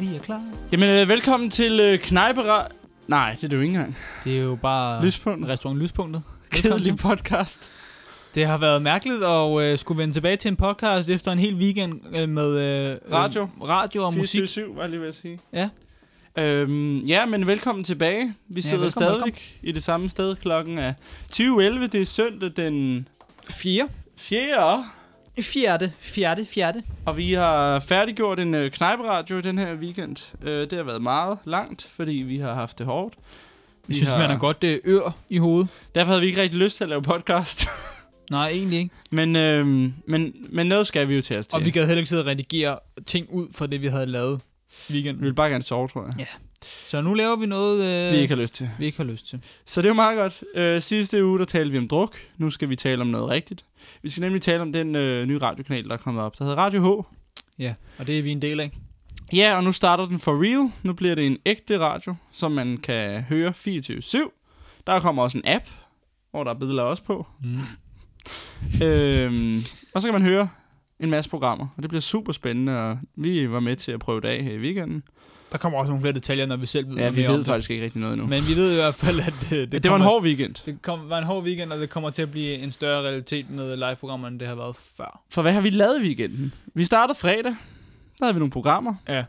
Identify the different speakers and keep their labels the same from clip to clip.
Speaker 1: vi er klar.
Speaker 2: Jamen, øh, velkommen til øh, Knejpera... Nej, det er det jo ikke engang.
Speaker 1: Det er jo bare
Speaker 2: Lyspunkt.
Speaker 1: restaurant Lyspunktet. Velkommen
Speaker 2: Kedelig podcast.
Speaker 1: til. Det har været mærkeligt at øh, skulle vende tilbage til en podcast efter en hel weekend øh, med øh,
Speaker 2: Radio.
Speaker 1: øh, radio og musik.
Speaker 2: 7 var jeg lige ved at sige.
Speaker 1: Ja.
Speaker 2: Øhm, ja, men velkommen tilbage. Vi sidder
Speaker 1: velkommen,
Speaker 2: stadigvæk
Speaker 1: velkommen.
Speaker 2: i det samme sted. Klokken er 20.11. Det er søndag den
Speaker 1: 4.
Speaker 2: 4.
Speaker 1: Fjerde, fjerde, fjerde.
Speaker 2: Og vi har færdiggjort en øh, knejperadio den her weekend. Øh, det har været meget langt, fordi vi har haft det hårdt. Vi
Speaker 1: Jeg synes,
Speaker 2: har...
Speaker 1: man har godt øh, ør i hovedet.
Speaker 2: Derfor havde vi ikke rigtig lyst til at lave podcast.
Speaker 1: Nej, egentlig ikke.
Speaker 2: men, øh, men, men noget skal vi jo til os til.
Speaker 1: Og vi gad heller ikke sidde og redigere ting ud fra det, vi havde lavet i
Speaker 2: vi
Speaker 1: weekenden.
Speaker 2: vil bare gerne sove, tror jeg.
Speaker 1: Så nu laver vi noget, øh,
Speaker 2: Vi ikke har lyst til.
Speaker 1: vi ikke har lyst til.
Speaker 2: Så det er jo meget godt. Øh, sidste uge, der talte vi om druk. Nu skal vi tale om noget rigtigt. Vi skal nemlig tale om den øh, nye radiokanal, der er kommet op. Der hedder Radio H.
Speaker 1: Ja, og det er vi en del af.
Speaker 2: Ja, og nu starter den for real. Nu bliver det en ægte radio, som man kan høre 24-7. Der kommer også en app, hvor der er billeder også på.
Speaker 1: Mm.
Speaker 2: øhm, og så kan man høre en masse programmer, og det bliver super spændende, og vi var med til at prøve det af her i weekenden.
Speaker 1: Der kommer også nogle flere detaljer, når vi selv ved
Speaker 2: Ja,
Speaker 1: noget
Speaker 2: vi
Speaker 1: mere om
Speaker 2: ved
Speaker 1: det.
Speaker 2: faktisk ikke rigtig noget nu. Men
Speaker 1: Men vi ved i hvert fald, at øh, det,
Speaker 2: det, det var
Speaker 1: kommer,
Speaker 2: en hård weekend.
Speaker 1: det kom, var en hård weekend, og det kommer til at blive en større realitet med live-programmer, end det har været før.
Speaker 2: For hvad har vi lavet i weekenden? Vi startede fredag, der havde vi nogle programmer.
Speaker 1: Ja.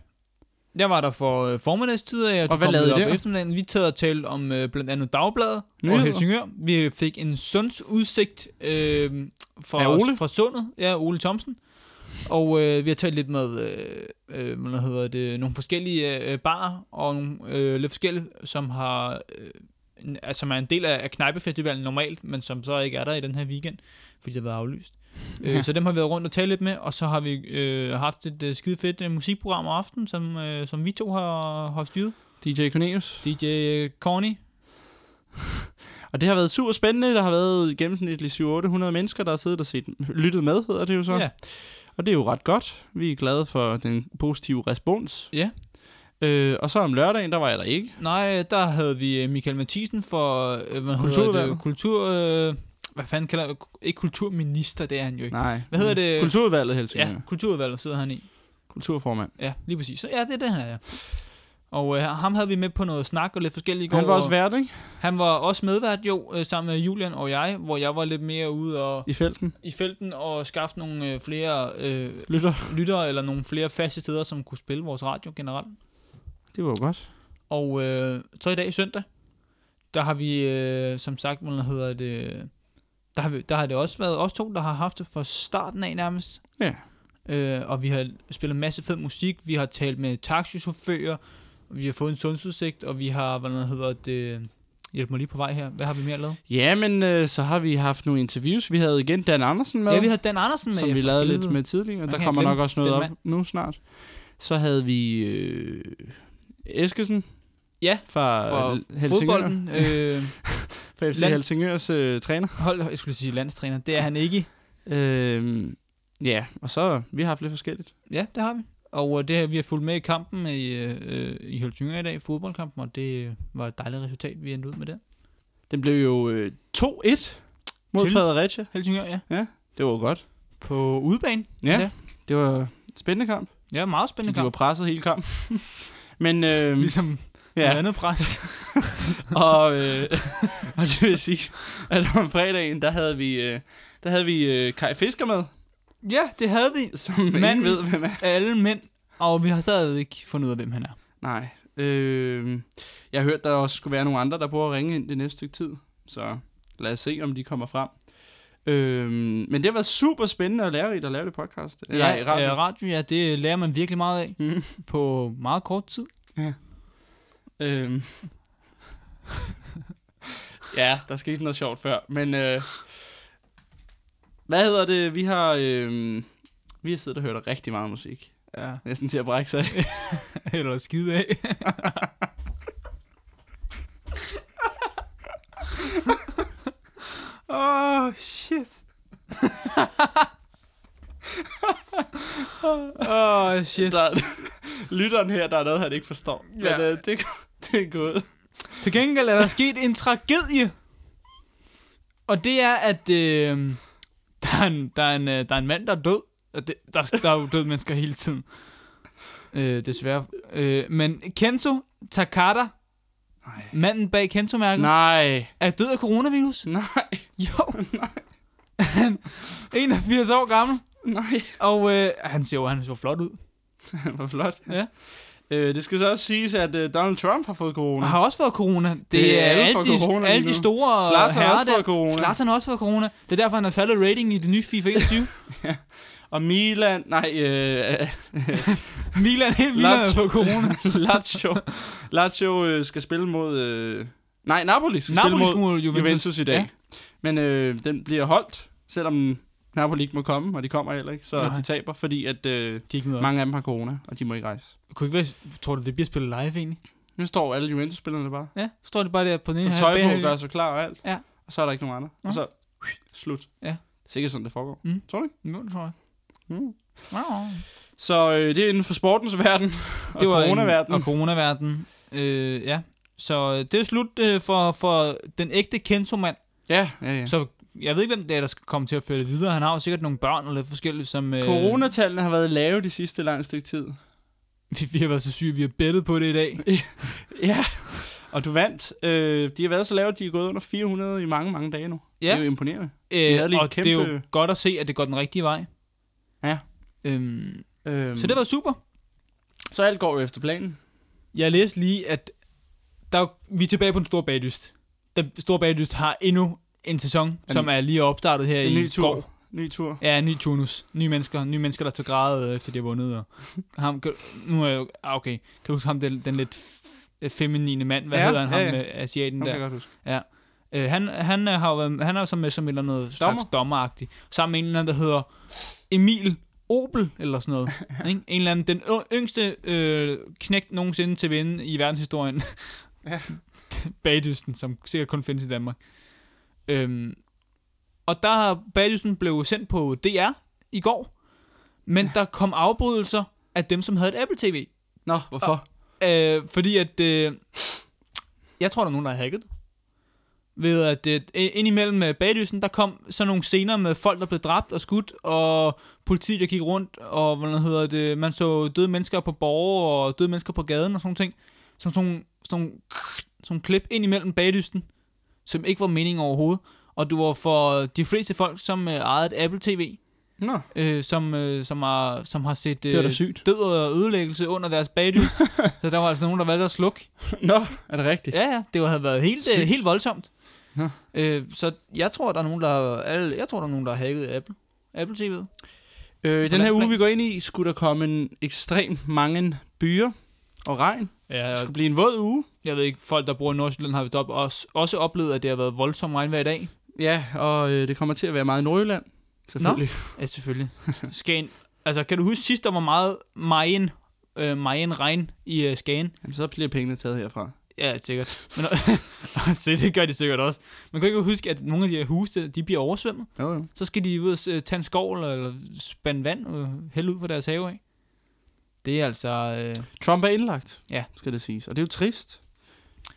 Speaker 1: Jeg var der for øh, formiddagstider, og,
Speaker 2: Og hvad lavede I
Speaker 1: der?
Speaker 2: der?
Speaker 1: eftermiddagen. Vi tager og talte om øh, blandt andet Dagbladet og
Speaker 2: Nyheder.
Speaker 1: Helsingør. Vi fik en sunds udsigt øh, fra,
Speaker 2: Af Ole?
Speaker 1: fra sundet. Ja, Ole Thomsen. Og øh, vi har talt lidt med øh, øh, hvad hedder det, nogle forskellige øh, barer og nogle øh, lidt forskellige, som har øh, en- altså, som er en del af, af knejpefestivalen normalt, men som så ikke er der i den her weekend, fordi det har været aflyst.
Speaker 2: Ja.
Speaker 1: Øh, så dem har vi været rundt og talt lidt med, og så har vi øh, haft et øh, skide fedt øh, musikprogram om aftenen, som, øh, som vi to har, har styret.
Speaker 2: DJ Cornelius.
Speaker 1: DJ Corny.
Speaker 2: Og det har været super spændende. Der har været gennemsnitligt 700-800 mennesker, der har siddet og set, lyttet med, hedder det jo så.
Speaker 1: Ja.
Speaker 2: Og det er jo ret godt. Vi er glade for den positive respons.
Speaker 1: Ja.
Speaker 2: Øh, og så om lørdagen, der var jeg der ikke.
Speaker 1: Nej, der havde vi øh, Michael Mathisen for øh, hvad hedder
Speaker 2: Kulturudvalget.
Speaker 1: det, kultur... Øh, hvad fanden kalder Ikke kulturminister, det er han jo ikke.
Speaker 2: Nej.
Speaker 1: Hvad hedder det?
Speaker 2: Mm. Kulturudvalget helst.
Speaker 1: Ja, kulturudvalget sidder han i.
Speaker 2: Kulturformand.
Speaker 1: Ja, lige præcis. Så ja, det er det, han er, ja. Og øh, ham havde vi med på noget snak og lidt forskellige i går.
Speaker 2: Han var også
Speaker 1: og-
Speaker 2: vært, ikke?
Speaker 1: Han var også medvært, jo, øh, sammen med Julian og jeg, hvor jeg var lidt mere ude og,
Speaker 2: I felten.
Speaker 1: i felten og skaffe nogle øh, flere øh,
Speaker 2: Lytter.
Speaker 1: lyttere eller nogle flere faste steder, som kunne spille vores radio generelt.
Speaker 2: Det var jo godt.
Speaker 1: Og øh, så i dag søndag, der har vi øh, som sagt, hvordan hedder det, der har, vi, der har det også været os to, der har haft det fra starten af nærmest.
Speaker 2: Ja.
Speaker 1: Øh, og vi har spillet en masse fed musik, vi har talt med taxichauffører, og vi har fået en sundhedsudsigt, og vi har, hvordan hedder det, hjælp mig lige på vej her, hvad har vi mere lavet?
Speaker 2: Ja, men øh, så har vi haft nogle interviews. Vi havde igen Dan Andersen med,
Speaker 1: Ja, vi havde Dan Andersen med.
Speaker 2: som vi
Speaker 1: for
Speaker 2: lavede lidt
Speaker 1: helvede.
Speaker 2: med tidligere.
Speaker 1: Man
Speaker 2: Der
Speaker 1: kan
Speaker 2: kommer
Speaker 1: glemme
Speaker 2: nok også noget
Speaker 1: den
Speaker 2: op
Speaker 1: mand.
Speaker 2: nu snart. Så havde vi øh, Eskesen.
Speaker 1: Ja,
Speaker 2: fra,
Speaker 1: For
Speaker 2: Helsingør.
Speaker 1: fodbolden, øh,
Speaker 2: Fra FC
Speaker 1: Lands-
Speaker 2: Helsingørs øh, træner.
Speaker 1: hold, jeg skulle sige landstræner, det er han ikke.
Speaker 2: Øhm, ja, og så vi har haft lidt forskelligt.
Speaker 1: Ja, det har vi. Og øh, det her, vi har fulgt med i kampen i, øh, i Helsingør i dag, fodboldkampen, og det øh, var et dejligt resultat, vi endte ud med der.
Speaker 2: Den blev jo øh, 2-1 mod
Speaker 1: Til-
Speaker 2: Fredericia.
Speaker 1: Helsingør, ja.
Speaker 2: Det var jo godt.
Speaker 1: På udebane.
Speaker 2: Ja,
Speaker 1: Ja.
Speaker 2: ja. det var en spændende kamp.
Speaker 1: Ja, meget spændende
Speaker 2: De var
Speaker 1: kamp.
Speaker 2: presset hele kampen. Men øh,
Speaker 1: Ligesom ja.
Speaker 2: ja,
Speaker 1: andet pres.
Speaker 2: og, øh, og det vil sige, at om fredagen, der havde vi, øh, der havde vi øh, Kai Fisker med,
Speaker 1: ja, det havde vi.
Speaker 2: som
Speaker 1: Manden.
Speaker 2: man ved, hvem er.
Speaker 1: Alle mænd. Og vi har stadig ikke fundet ud af, hvem han er.
Speaker 2: Nej. Øh, jeg har hørt, der også skulle være nogle andre, der prøver at ringe ind det næste stykke tid. Så lad os se, om de kommer frem. Øh, men det har været super spændende og lærerigt at lave det podcast. Ja, Nej, radio.
Speaker 1: øh, radio, ja, det lærer man virkelig meget af
Speaker 2: Mhm.
Speaker 1: på meget kort tid.
Speaker 2: Øhm. ja, der skete noget sjovt før, men øh, hvad hedder det? Vi har øh, vi har siddet og hørt rigtig meget musik.
Speaker 1: Ja.
Speaker 2: Næsten til at brække sig.
Speaker 1: Eller skide af. Åh, oh, shit. Åh, oh, shit.
Speaker 2: der, lytteren her, der er noget, han ikke forstår. Ja.
Speaker 1: Ja.
Speaker 2: Men øh, det, det er gået.
Speaker 1: Til gengæld er der sket en tragedie. Og det er, at øh, der, er en, der, er en, øh, der er en mand, der er død. Og det, der, der er jo døde mennesker hele tiden. øh, desværre. Øh, men Kento Takada,
Speaker 2: Nej.
Speaker 1: manden bag Kento-mærket,
Speaker 2: Nej.
Speaker 1: er død af coronavirus.
Speaker 2: Nej.
Speaker 1: Jo. Han er 81 år gammel,
Speaker 2: Nej.
Speaker 1: og øh, han ser jo han ser jo flot ud.
Speaker 2: Hvor flot.
Speaker 1: Ja.
Speaker 2: Øh, det skal så også siges, at øh, Donald Trump har fået corona.
Speaker 1: Og har også fået corona. Det,
Speaker 2: Det er alle
Speaker 1: alle,
Speaker 2: for
Speaker 1: de,
Speaker 2: corona lige
Speaker 1: alle
Speaker 2: nu.
Speaker 1: de store
Speaker 2: Zlatan har
Speaker 1: herrer
Speaker 2: også fået
Speaker 1: der.
Speaker 2: corona.
Speaker 1: Zlatan har også fået corona. Det er derfor, han har faldet rating i det nye FIFA 21.
Speaker 2: Og Milan... Nej, øh,
Speaker 1: Milan, helt Milan har
Speaker 2: Lazio.
Speaker 1: fået corona.
Speaker 2: Lazio. Lazio øh, skal spille mod... Øh, nej, Napoli skal
Speaker 1: Napoli
Speaker 2: spille mod
Speaker 1: skulle Juventus.
Speaker 2: Juventus, Juventus i dag.
Speaker 1: Ja.
Speaker 2: Ja. Men øh, den bliver holdt, selvom Napoli ikke må komme, og de kommer heller ikke, så
Speaker 1: Nej.
Speaker 2: de taber, fordi at øh,
Speaker 1: De er ikke med.
Speaker 2: mange af dem har corona, og de må ikke rejse.
Speaker 1: Kunne ikke være, tror du, det bliver spillet live egentlig?
Speaker 2: Nu står alle Juventus-spillerne bare.
Speaker 1: Ja, så står det bare der på den ene
Speaker 2: Der
Speaker 1: her
Speaker 2: tøj på,
Speaker 1: banehalvdel.
Speaker 2: gør sig klar og alt.
Speaker 1: Ja.
Speaker 2: Og så er der ikke nogen andre.
Speaker 1: Nå.
Speaker 2: Og så slut.
Speaker 1: Ja.
Speaker 2: Det er sikkert sådan, det foregår.
Speaker 1: Mm.
Speaker 2: Tror du ikke?
Speaker 1: Jo, det tror jeg.
Speaker 2: Mm.
Speaker 1: Wow.
Speaker 2: Så øh, det er inden for sportens verden. Og
Speaker 1: Det var en-
Speaker 2: coronaverdenen.
Speaker 1: Og coronaverden. Øh, ja. Så det er slut øh, for, for den ægte Kento-mand.
Speaker 2: Ja, ja, ja.
Speaker 1: Ja. Så jeg ved ikke, hvem det er, der skal komme til at føre det videre. Han har jo sikkert nogle børn eller lidt forskelligt, som... Øh,
Speaker 2: Coronatallene har været lave de sidste lange stykke tid.
Speaker 1: Vi, vi har været så syge, vi har bettet på det i dag.
Speaker 2: Ja, og du vandt. Øh, de har været så lave, at de er gået under 400 i mange, mange dage nu.
Speaker 1: Ja.
Speaker 2: Det er jo imponerende. Vi havde
Speaker 1: Øh,
Speaker 2: lige
Speaker 1: og
Speaker 2: et kæmpe-
Speaker 1: det er jo godt at se, at det går den rigtige vej.
Speaker 2: Ja.
Speaker 1: Øhm,
Speaker 2: Øhm,
Speaker 1: så det var super.
Speaker 2: så alt går jo efter planen.
Speaker 1: Jeg læste lige, at der, er jo- vi er tilbage på den store bagdyst. Den store bagdyst har endnu en sæson, en, som er lige opstartet her
Speaker 2: En
Speaker 1: i
Speaker 2: ny tur.
Speaker 1: går.
Speaker 2: Ny tur.
Speaker 1: Ja, en ny turnus. Nye mennesker, nye mennesker der tager grædet, efter de har vundet. Og ham, kan, nu er jeg jo, ah, okay. Kan du huske ham, den, den lidt f- feminine mand? Hvad
Speaker 2: Ja,
Speaker 1: hedder han?
Speaker 2: ja,
Speaker 1: Ham
Speaker 2: ja.
Speaker 1: øh, asiaten
Speaker 2: Nå,
Speaker 1: der.
Speaker 2: kan jeg godt huske.
Speaker 1: Øh, han, han, øh, har jo været, han er jo så med som et eller andet dommer. slags dommeragtig. Sammen med en eller anden, der hedder Emil Opel, eller sådan noget. ikke? En eller anden, den yng- yngste øh, knægt nogensinde til at vinde i verdenshistorien.
Speaker 2: Ja.
Speaker 1: Bagdysten, som sikkert kun findes i Danmark. Øhm, og der Bagdysten blev sendt på DR i går, men der kom afbrydelser af dem, som havde et Apple TV.
Speaker 2: Nå, hvorfor?
Speaker 1: Øh, fordi at... Øh, jeg tror, der er nogen, der har hacket det. Ved at øh, indimellem øh, bagdysen, der kom sådan nogle scener med folk, der blev dræbt og skudt, og politi, der gik rundt, og hvordan hedder det, man så døde mennesker på borgere, og døde mennesker på gaden og sådan nogle ting. Som sådan, nogle- sådan, nogle- sådan nogle klip ind imellem bagdysten, som ikke var mening overhovedet. Og du var for de fleste folk, som øh, ejede et Apple TV,
Speaker 2: Nå,
Speaker 1: øh, som, øh, som, har, som har set
Speaker 2: det var
Speaker 1: øh,
Speaker 2: da sygt.
Speaker 1: død og ødelæggelse under deres bagdyst. så der var altså nogen, der valgte at slukke.
Speaker 2: Nå, er det rigtigt?
Speaker 1: Ja, ja, det havde været helt, øh,
Speaker 2: Sygt.
Speaker 1: helt voldsomt.
Speaker 2: Nå.
Speaker 1: Øh, så jeg tror, der er nogen, der har, alle, jeg tror, der er nogen, der har hacket Apple. Apple TV'et.
Speaker 2: Øh, den her
Speaker 1: landsplan.
Speaker 2: uge, vi går ind i, skulle der komme en ekstremt mange byer og regn.
Speaker 1: Ja,
Speaker 2: Det skulle blive en våd uge.
Speaker 1: jeg ved ikke, folk, der bor i Nordsjælland, har vi op, også, også oplevet, at det har været voldsom regnvejr i dag.
Speaker 2: Ja, og øh, det kommer til at være meget i Nordjylland. Selvfølgelig.
Speaker 1: Ja, selvfølgelig. Skagen. Altså, kan du huske sidst, der var meget Mayen, øh, Mayen regn i øh, Skagen?
Speaker 2: Jamen, så bliver pengene taget herfra.
Speaker 1: Ja, sikkert. Men, se, det gør de sikkert også. Man kan ikke huske, at nogle af de her huse, de bliver oversvømmet.
Speaker 2: Jo, jo.
Speaker 1: Så skal de ud og s- øh, tage en skovl eller spande vand og hælde ud fra deres have af. Det er altså... Øh,
Speaker 2: Trump er indlagt,
Speaker 1: Ja.
Speaker 2: skal det siges. Og det er jo trist.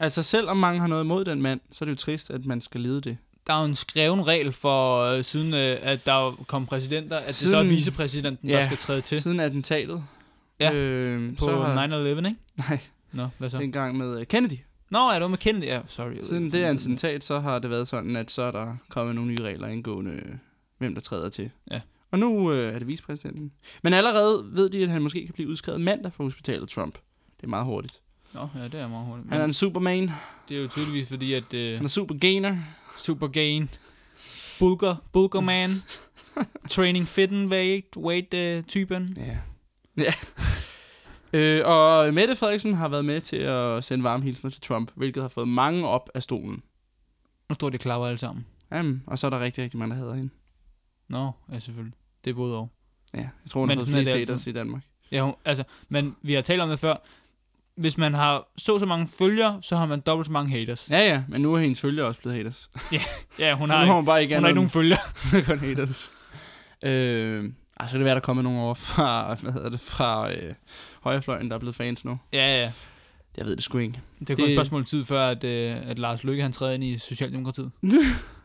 Speaker 2: Altså selvom mange har noget imod den mand, så er det jo trist, at man skal lede det.
Speaker 1: der er jo en skreven regel for, øh, siden øh, at der kom præsidenter, at det så
Speaker 2: Siden-
Speaker 1: er vicepræsidenten, der
Speaker 2: Ja,
Speaker 1: skal træde til
Speaker 2: Det. Siden attentatet.
Speaker 1: Ja.
Speaker 2: Øh,
Speaker 1: på
Speaker 2: så har
Speaker 1: 9-11, ikke?
Speaker 2: Nej.
Speaker 1: Nå, hvad så?
Speaker 2: dengang med øh, Kennedy.
Speaker 1: Nå, ja, det var med Kennedy. Ja, sorry. jeg ved
Speaker 2: Siden
Speaker 1: ikke,
Speaker 2: det
Speaker 1: hvorfor jeg
Speaker 2: attentat, så har det været sådan, at så er der kommet nogle nye regler indgående, øh, hvem der træder til.
Speaker 1: Ja.
Speaker 2: Og nu øh, er det vicepræsidenten. Men allerede ved de, at han måske kan blive udskrevet mandag fra hospitalet Trump. Det er meget hurtigt.
Speaker 1: sådan- Nå, ja, det er meget hurtigt.
Speaker 2: Han er en superman.
Speaker 1: Det er jo tydeligvis fordi, at... Øh,
Speaker 2: Han er supergainer.
Speaker 1: Supergain. Bulger, Bulgerman. Training fitten weight, weight uh, typen.
Speaker 2: Ja. ja. øh, og Mette Frederiksen har været med til at sende varme hilsner til Trump, hvilket har fået mange op af stolen.
Speaker 1: Nu står de og klapper alle sammen.
Speaker 2: Jamen, og så er der rigtig, rigtig mange, der hader hende.
Speaker 1: Nå, ja selvfølgelig. Det er både og.
Speaker 2: Ja, jeg tror, hun
Speaker 1: Men
Speaker 2: har fået
Speaker 1: sådan er
Speaker 2: flest
Speaker 1: det
Speaker 2: haters i Danmark.
Speaker 1: Ja, hun- altså, men vi har talt om det før. Hvis man har så så mange følgere, så har man dobbelt så mange haters.
Speaker 2: Ja, ja, men nu er hendes følgere også blevet haters.
Speaker 1: Ja, hun har,
Speaker 2: så nu har
Speaker 1: ikke,
Speaker 2: hun bare ikke
Speaker 1: hun har ikke nogen følgere.
Speaker 2: nogen kun haters. Øh, ej, så kan det være, der kommer nogen over fra, hvad hedder det, fra øh, højrefløjen, der er blevet fans nu.
Speaker 1: Ja, ja.
Speaker 2: Jeg ved det sgu ikke.
Speaker 1: Det er kun
Speaker 2: Det-
Speaker 1: et spørgsmål om tid før, at, øh, at Lars Løkke han træder ind i Socialdemokratiet.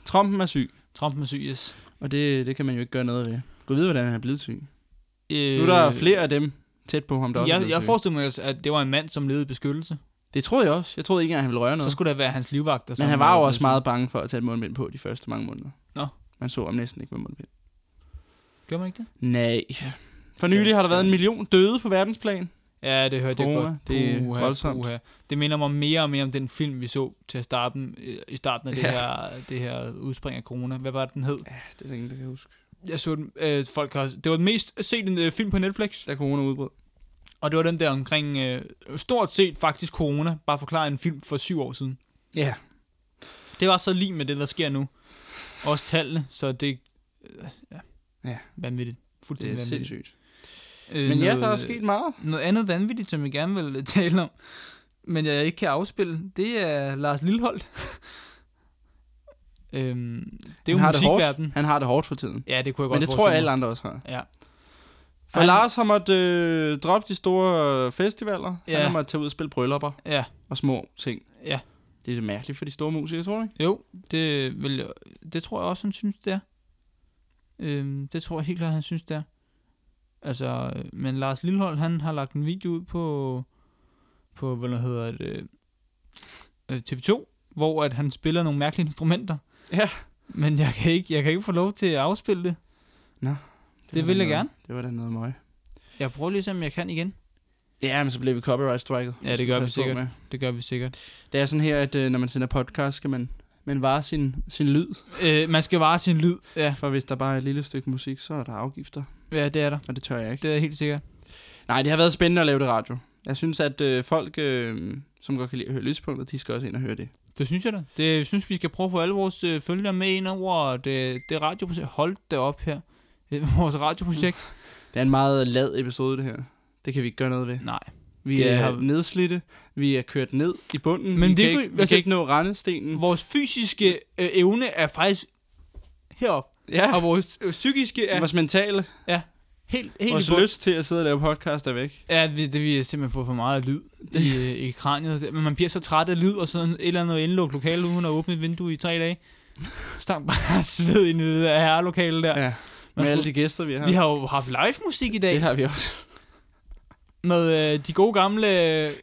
Speaker 2: Trumpen er syg,
Speaker 1: Trump med syg, yes.
Speaker 2: og det, det kan man jo ikke gøre noget ved. Du ved, hvordan han er blevet syg.
Speaker 1: Øh,
Speaker 2: Nu er der flere af dem, tæt på ham, der også er
Speaker 1: Jeg,
Speaker 2: blevet
Speaker 1: jeg
Speaker 2: syg.
Speaker 1: forestillede mig, altså, at det var en mand, som levede i beskyttelse.
Speaker 2: Det troede jeg også. Jeg troede ikke engang, han ville røre
Speaker 1: Så
Speaker 2: noget.
Speaker 1: skulle der være hans livvagter. som
Speaker 2: Men han var jo
Speaker 1: blev
Speaker 2: også
Speaker 1: syge.
Speaker 2: meget bange for at tage et mundbind på de første mange måneder.
Speaker 1: Nå.
Speaker 2: Man så ham næsten ikke med mundbind.
Speaker 1: Gjorde man ikke det?
Speaker 2: Nej. For nylig har der været en million døde på verdensplan.
Speaker 1: Ja, det hørte jeg
Speaker 2: Corona,
Speaker 1: godt.
Speaker 2: det er voldsomt.
Speaker 1: Puha. Det minder mig mere og mere om den film, vi så til at starte, i starten af det,
Speaker 2: Ja.
Speaker 1: her, det her udspring af corona. Hvad var det, den hed?
Speaker 2: Ja, det er der ingen, der kan huske.
Speaker 1: Jeg så den, øh, folk har, det var den mest sete øh, film på Netflix,
Speaker 2: Da corona udbrød.
Speaker 1: og det var den der omkring, øh, stort set faktisk corona, bare forklare en film for syv år siden.
Speaker 2: Ja.
Speaker 1: Det var så lige med det, der sker nu. Også tallene, så det øh, ja.
Speaker 2: Ja.
Speaker 1: vanvittigt.
Speaker 2: Det
Speaker 1: Fuldstændig
Speaker 2: er
Speaker 1: vanvittigt.
Speaker 2: sindssygt.
Speaker 1: Øh,
Speaker 2: Men ja, der er
Speaker 1: noget-
Speaker 2: sket meget.
Speaker 1: Noget andet vanvittigt, som jeg gerne vil tale om, men jeg ikke kan afspille, det er Lars Lilleholdt. øhm, det er jo
Speaker 2: har det hårdt.
Speaker 1: musikverdenen.
Speaker 2: Han har det hårdt for tiden.
Speaker 1: Ja, det kunne jeg godt
Speaker 2: Men det tror jeg,
Speaker 1: forestille
Speaker 2: alle
Speaker 1: mig.
Speaker 2: andre også har.
Speaker 1: Ja.
Speaker 2: For
Speaker 1: Han-
Speaker 2: han... Lars har måttet øh, droppe de store øh, festivaler. Ja.
Speaker 1: Ja.
Speaker 2: Han har måttet tage ud og spille bryllupper
Speaker 1: Ja,
Speaker 2: og små ting.
Speaker 1: Ja.
Speaker 2: Det er så mærkeligt for de store musikere, tror du ikke?
Speaker 1: jo, det, vil jeg, det tror jeg også, han synes, det er. Øhm, det tror jeg helt klart, han synes, det er. Altså, øh, men Lars Lillehold, han har lagt en video ud på, på hvad der hedder det, øh, TV2, hvor at han spiller nogle mærkelige instrumenter.
Speaker 2: Ja.
Speaker 1: Men jeg kan ikke, jeg kan ikke få lov til at afspille det. Det
Speaker 2: var
Speaker 1: vil
Speaker 2: da
Speaker 1: jeg
Speaker 2: noget-
Speaker 1: gerne.
Speaker 2: Det var da noget møg.
Speaker 1: Jeg prøver lige, om jeg kan igen.
Speaker 2: Ja, men så blev vi copyright striket.
Speaker 1: Ja, det gør vi
Speaker 2: Pas på
Speaker 1: sikkert.
Speaker 2: med.
Speaker 1: Det gør vi sikkert.
Speaker 2: Det er sådan her, at øh, når man sender podcast, skal man, man vare sin, sin lyd.
Speaker 1: Øh, man skal vare sin lyd. Ja,
Speaker 2: For hvis der bare er et lille stykke musik, så er der afgifter.
Speaker 1: ja, det er der.
Speaker 2: Og det tør jeg ikke.
Speaker 1: Det er helt sikkert.
Speaker 2: Nej, det har været spændende at lave det radio. Jeg synes, at øh, folk, øh, som godt kan lide at høre lyspunktet, de skal også ind og høre det.
Speaker 1: Det synes jeg da. Det synes vi skal prøve at få alle vores øh, følgere med ind over det, det radioprojekt. Hold det op her. Øh, Vores radioprojekt.
Speaker 2: Mm. Det er en meget lad episode, det her. Det kan vi ikke gøre noget ved.
Speaker 1: Nej.
Speaker 2: Vi
Speaker 1: Det
Speaker 2: er
Speaker 1: har-
Speaker 2: nedslidte. Vi er kørt ned i bunden.
Speaker 1: Men
Speaker 2: vi,
Speaker 1: det
Speaker 2: kan,
Speaker 1: kunne-
Speaker 2: ikke, vi
Speaker 1: altså-
Speaker 2: kan ikke nå rendestenen.
Speaker 1: Vores fysiske øh, evne er faktisk herop,
Speaker 2: Ja,
Speaker 1: og vores øh, psykiske er
Speaker 2: Ah. vores mentale.
Speaker 1: helt, helt
Speaker 2: Vores
Speaker 1: i bund.
Speaker 2: lyst til at sidde og lave podcast er væk.
Speaker 1: Ja, vi, det vi har simpelthen fået for meget lyd i, øh, i kraniet. Det- Men man bliver så træt af lyd og sådan et eller andet indlukket lokale, uden at åbne et vindue i tre dage. Stank bare sved ind i det der herrelokale der.
Speaker 2: Ja.
Speaker 1: Man
Speaker 2: Med
Speaker 1: skulle-
Speaker 2: alle de gæster, vi har.
Speaker 1: Vi har jo haft live musik i dag
Speaker 2: Det har vi også.
Speaker 1: med øh, de gode gamle
Speaker 2: Ja, øh,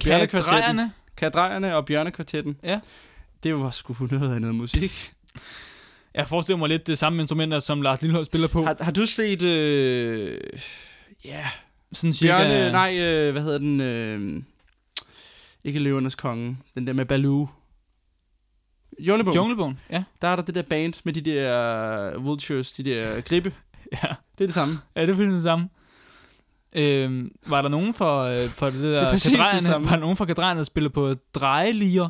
Speaker 2: Bjørnekvartetten.
Speaker 1: kadrejerne.
Speaker 2: Kadrejerne og Bjørnekvartetten.
Speaker 1: Ja.
Speaker 2: Det var sgu noget andet musik.
Speaker 1: Jeg forestiller mig lidt det samme instrumenter, som Lars Lillehold spiller på. Har,
Speaker 2: Har, har du set... Øh, ja,
Speaker 1: sådan cirka,
Speaker 2: Bjørne... Nej, øh, hvad hedder den? Øh, ikke Løvernes Konge. Den der med Baloo. Junglebogen. Jungle.
Speaker 1: Junglebogen. Ja.
Speaker 2: Der er der det der band med de der vultures, de der gribe.
Speaker 1: ja.
Speaker 2: Det er det samme.
Speaker 1: Ja, det er det samme. Øhm, var der nogen fra, øh, fra det
Speaker 2: Det er
Speaker 1: der
Speaker 2: præcis det
Speaker 1: kadrejerne?
Speaker 2: samme.
Speaker 1: Var der nogen fra kadrejerne, der spillede på drejelier?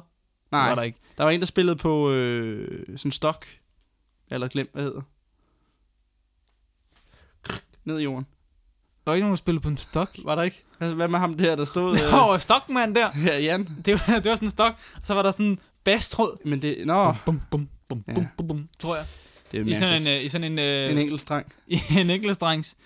Speaker 2: Nej,
Speaker 1: Var
Speaker 2: var
Speaker 1: der
Speaker 2: der,
Speaker 1: ikke.
Speaker 2: der var en, der spillede på øh, sådan en stok. Eller glem, hvad hedder. Ned i jorden.
Speaker 1: Der var ikke nogen, der spillede på en stok.
Speaker 2: Var der ikke? Altså, hvad med ham der, der stod...
Speaker 1: Nå, stokmand der.
Speaker 2: Ja, Jan.
Speaker 1: Det var, det var sådan en stok, og så var der sådan en bastrød.
Speaker 2: Men det... Nå,
Speaker 1: Bum, bum, bum, bum,
Speaker 2: Ja.
Speaker 1: bum, bum, bum, tror jeg.
Speaker 2: det er
Speaker 1: I sådan en,
Speaker 2: mærkeligt.
Speaker 1: øh, i sådan en, øh,
Speaker 2: En enkelt streng.
Speaker 1: i en enkeltstrengs.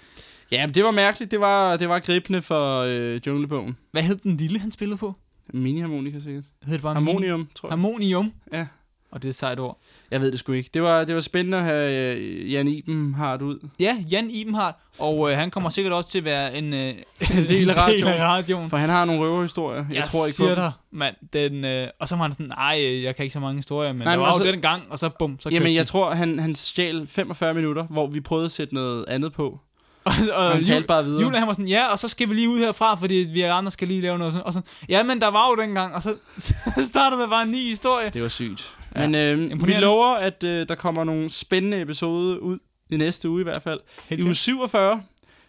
Speaker 2: Ja, men det var mærkeligt. Det var, det var gribende for øh, junglebogen.
Speaker 1: Hvad hed den lille, han spillede på?
Speaker 2: Miniharmonika sikkert.
Speaker 1: Hed det bare mini-
Speaker 2: Harmonium, tror jeg.
Speaker 1: Harmonium.
Speaker 2: Ja.
Speaker 1: Og det er et sejt ord.
Speaker 2: Jeg ved det sgu ikke. Det var, det var spændende at have øh, Jan Iben hardt ud.
Speaker 1: Ja, Jan Ibenhardt, og øh, han kommer sikkert også til at være en, øh, en
Speaker 2: del af radioen.
Speaker 1: radioen.
Speaker 2: For han har nogle røverhistorier. Jeg,
Speaker 1: Jeg
Speaker 2: tror ikke
Speaker 1: siger
Speaker 2: på dem.
Speaker 1: dig, mand. Den, øh, og så var han sådan, nej, øh, jeg kan ikke så mange historier, men
Speaker 2: Nej,
Speaker 1: Nej, der
Speaker 2: men
Speaker 1: var jo
Speaker 2: altså-
Speaker 1: den gang, og så bum, så
Speaker 2: Jamen,
Speaker 1: kørte
Speaker 2: jeg
Speaker 1: det.
Speaker 2: tror, han, han stjal 45 minutter, hvor vi prøvede at sætte noget andet på.
Speaker 1: og,
Speaker 2: Og
Speaker 1: og
Speaker 2: han talte
Speaker 1: Øh, Jul-
Speaker 2: bare videre.
Speaker 1: Julia, han var sådan, ja, og så skal vi lige ud herfra, fordi vi andre skal lige lave noget. Sådan, og sådan, ja, men der var jo dengang, og så, så startede der bare en ny historie.
Speaker 2: Det var sygt.
Speaker 1: Ja.
Speaker 2: Ja. Men øh, vi
Speaker 1: Imponerende.
Speaker 2: lover, at øh, der kommer nogle spændende episoder ud i næste uge i hvert fald. I uge 47,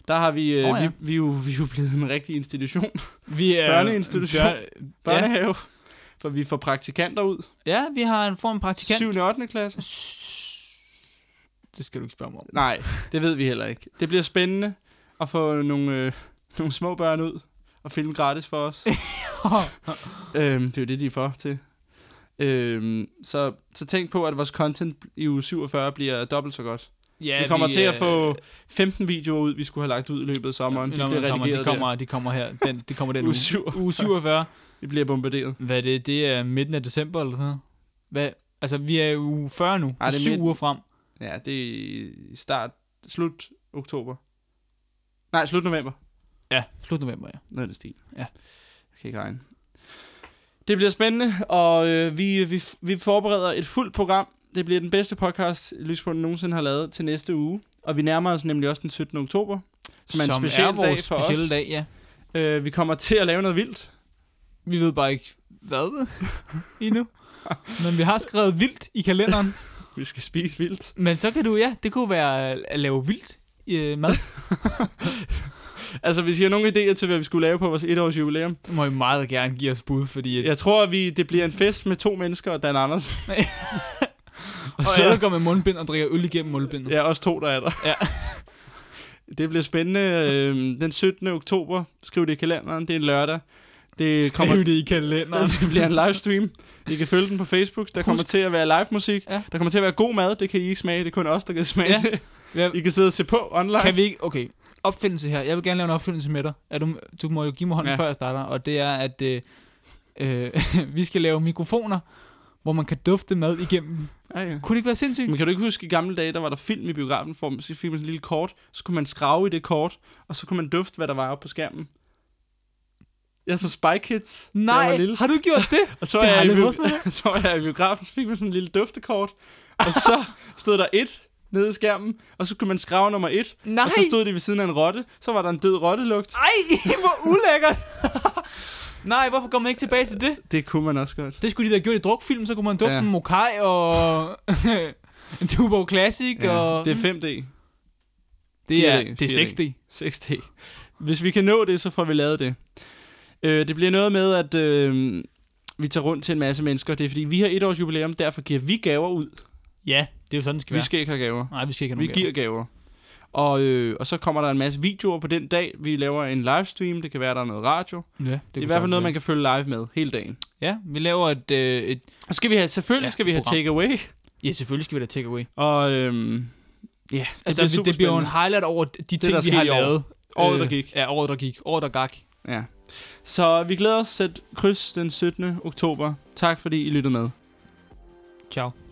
Speaker 2: der har vi... Øh,
Speaker 1: Åh,
Speaker 2: oh,
Speaker 1: ja.
Speaker 2: ja. vi, vi, er jo, vi er jo blevet en rigtig institution.
Speaker 1: Vi er,
Speaker 2: Børneinstitution.
Speaker 1: Ja,
Speaker 2: Børnehave. Ja. For vi får praktikanter ud.
Speaker 1: ja, vi har en form praktikant.
Speaker 2: 7. og 8. klasse?
Speaker 1: Det skal du ikke spørge mig om.
Speaker 2: Nej, det ved vi heller ikke. Det bliver spændende at få nogle, øh, nogle små børn ud og filme gratis for os. øhm, det er jo det, de er for til. Øhm, så, så tænk på, at vores content i uge 47 bliver dobbelt så godt.
Speaker 1: Ja,
Speaker 2: Ja, vi kommer til at
Speaker 1: øh,
Speaker 2: få 15 videoer ud, vi skulle have lagt ud i løbet af sommeren. Ja,
Speaker 1: Nå,
Speaker 2: de
Speaker 1: men
Speaker 2: bliver
Speaker 1: sommer,
Speaker 2: redigeret
Speaker 1: de kommer, de kommer her. Den, de kommer
Speaker 2: der.
Speaker 1: den
Speaker 2: Uge
Speaker 1: uge.
Speaker 2: 7.
Speaker 1: Uge 47.
Speaker 2: Vi bliver bombarderet.
Speaker 1: Hvad er det? Det er midten af december eller sådan noget. Hvad? Altså, vi er i uge 40 nu.
Speaker 2: Ej,
Speaker 1: Ej,
Speaker 2: det er
Speaker 1: syv
Speaker 2: midt-
Speaker 1: uger frem.
Speaker 2: Ja, det er i start, slut oktober. Nej, slut november. Ja.
Speaker 1: Slut november, ja.
Speaker 2: Noget af den stil.
Speaker 1: Ja.
Speaker 2: Jeg kan ikke regne. Det bliver spændende, og øh, vi, vi, vi forbereder et fuldt program. Det bliver den bedste podcast, Lyspunden nogensinde har lavet til næste uge. Og vi nærmer os nemlig også den 17. oktober, som er en speciel
Speaker 1: er vores
Speaker 2: dag for
Speaker 1: specielle
Speaker 2: os.
Speaker 1: dag, ja.
Speaker 2: Dag. Øh, vi kommer til at lave noget vildt.
Speaker 1: Vi ved bare ikke, hvad endnu. Men vi har skrevet vildt i kalenderen.
Speaker 2: Vi skal spise vildt.
Speaker 1: Men så kan du, ja, det kunne være at lave vildt øh, mad.
Speaker 2: Altså, hvis I har nogle idéer til, hvad vi skulle lave på vores etårs jubilæum.
Speaker 1: Det må I meget gerne give os bud, fordi at,
Speaker 2: Jeg tror, at vi, det bliver en fest med to mennesker og Dan Andersen.
Speaker 1: og alle går med mundbind og drikker øl igennem mundbindet.
Speaker 2: Mm. Ja, også to, der er der.
Speaker 1: Ja.
Speaker 2: det bliver spændende. Øhm, Den 17. oktober, skriv det i kalenderen, det er en lørdag. Det,
Speaker 1: Skriv
Speaker 2: kommer,
Speaker 1: det i kalenderen.
Speaker 2: det bliver en livestream. I kan følge den på Facebook. Der kommer til at være live musik.
Speaker 1: Ja.
Speaker 2: Der kommer til at være god mad, det kan I ikke smage. Det er kun os, der kan smage
Speaker 1: Ja.
Speaker 2: det.
Speaker 1: Ja,
Speaker 2: I kan sidde og se på online.
Speaker 1: kan vi ikke, okay, opfindelse her. Jeg vil gerne lave en opfindelse med dig. Er du, du må jo give mig hånden,
Speaker 2: Ja.
Speaker 1: ja. før jeg starter. Og det er, at øh, øh, vi skal lave mikrofoner, hvor man kan dufte mad igennem.
Speaker 2: Ja, ja.
Speaker 1: Kunne det ikke være sindssygt?
Speaker 2: Men kan du ikke huske, i gamle dage, der var der film i biografen, for man så fik man sådan en lille kort, så kunne man skrave i det kort, og så kunne man dufte, hvad der var oppe på skærmen. Jeg så Spy Kids, da jeg
Speaker 1: Nej,
Speaker 2: var lille.
Speaker 1: har du gjort det?
Speaker 2: Og så
Speaker 1: Det
Speaker 2: var,
Speaker 1: har
Speaker 2: jeg i
Speaker 1: aldrig
Speaker 2: bio-
Speaker 1: været sådan
Speaker 2: så var jeg i biografen, så fik man sådan en lille duftekort, og så stod der et nede i skærmen, og så kunne man skrave nummer et,
Speaker 1: Nej.
Speaker 2: og så stod det ved siden af en rotte, så var der en død rottelugt.
Speaker 1: Ej, hvor ulækkert. Nej, hvorfor går man ikke tilbage til det?
Speaker 2: Det kunne man også godt.
Speaker 1: Det skulle de da have gjort i drukfilm, så kunne man dufte
Speaker 2: Ja.
Speaker 1: ja. en Mokai og en Tubo Classic. Ja, og...
Speaker 2: Det er 5D,
Speaker 1: det er,
Speaker 2: 4D,
Speaker 1: det er
Speaker 2: 4D.
Speaker 1: 6D.
Speaker 2: 6D. Hvis vi kan nå det, så får vi lavet det. Øh, det bliver noget med, at øh, vi tager rundt til en masse mennesker. Det er fordi, vi har et års jubilæum, derfor giver vi gaver ud.
Speaker 1: Ja, det er jo sådan, det skal
Speaker 2: Vi
Speaker 1: være.
Speaker 2: skal ikke have gaver.
Speaker 1: Nej, vi skal ikke have
Speaker 2: Vi
Speaker 1: nogen gaver.
Speaker 2: giver gaver. Og, øh, og så kommer der en masse videoer på den dag. Vi laver en livestream. Det kan være, der er noget radio. Det,
Speaker 1: Ja,
Speaker 2: det
Speaker 1: kunne
Speaker 2: er i hvert fald
Speaker 1: sagtens
Speaker 2: noget,
Speaker 1: være.
Speaker 2: man kan følge live med hele dagen.
Speaker 1: Ja, vi laver et... Øh, et
Speaker 2: Og skal vi have, selvfølgelig ja,
Speaker 1: Ja,
Speaker 2: skal vi have
Speaker 1: program.
Speaker 2: takeaway.
Speaker 1: ja, selvfølgelig skal vi da take away.
Speaker 2: Og øhm, ja, det
Speaker 1: Altså, det, det bliver jo en highlight over de ting, vi
Speaker 2: der skete
Speaker 1: har
Speaker 2: i år.
Speaker 1: lavet.
Speaker 2: Året, der
Speaker 1: Øh,
Speaker 2: gik.
Speaker 1: Ja, året, der gik. Året, der gak.
Speaker 2: Ja. Så vi glæder os at kryds den 17. oktober. Tak fordi I lyttede med.
Speaker 1: Ciao.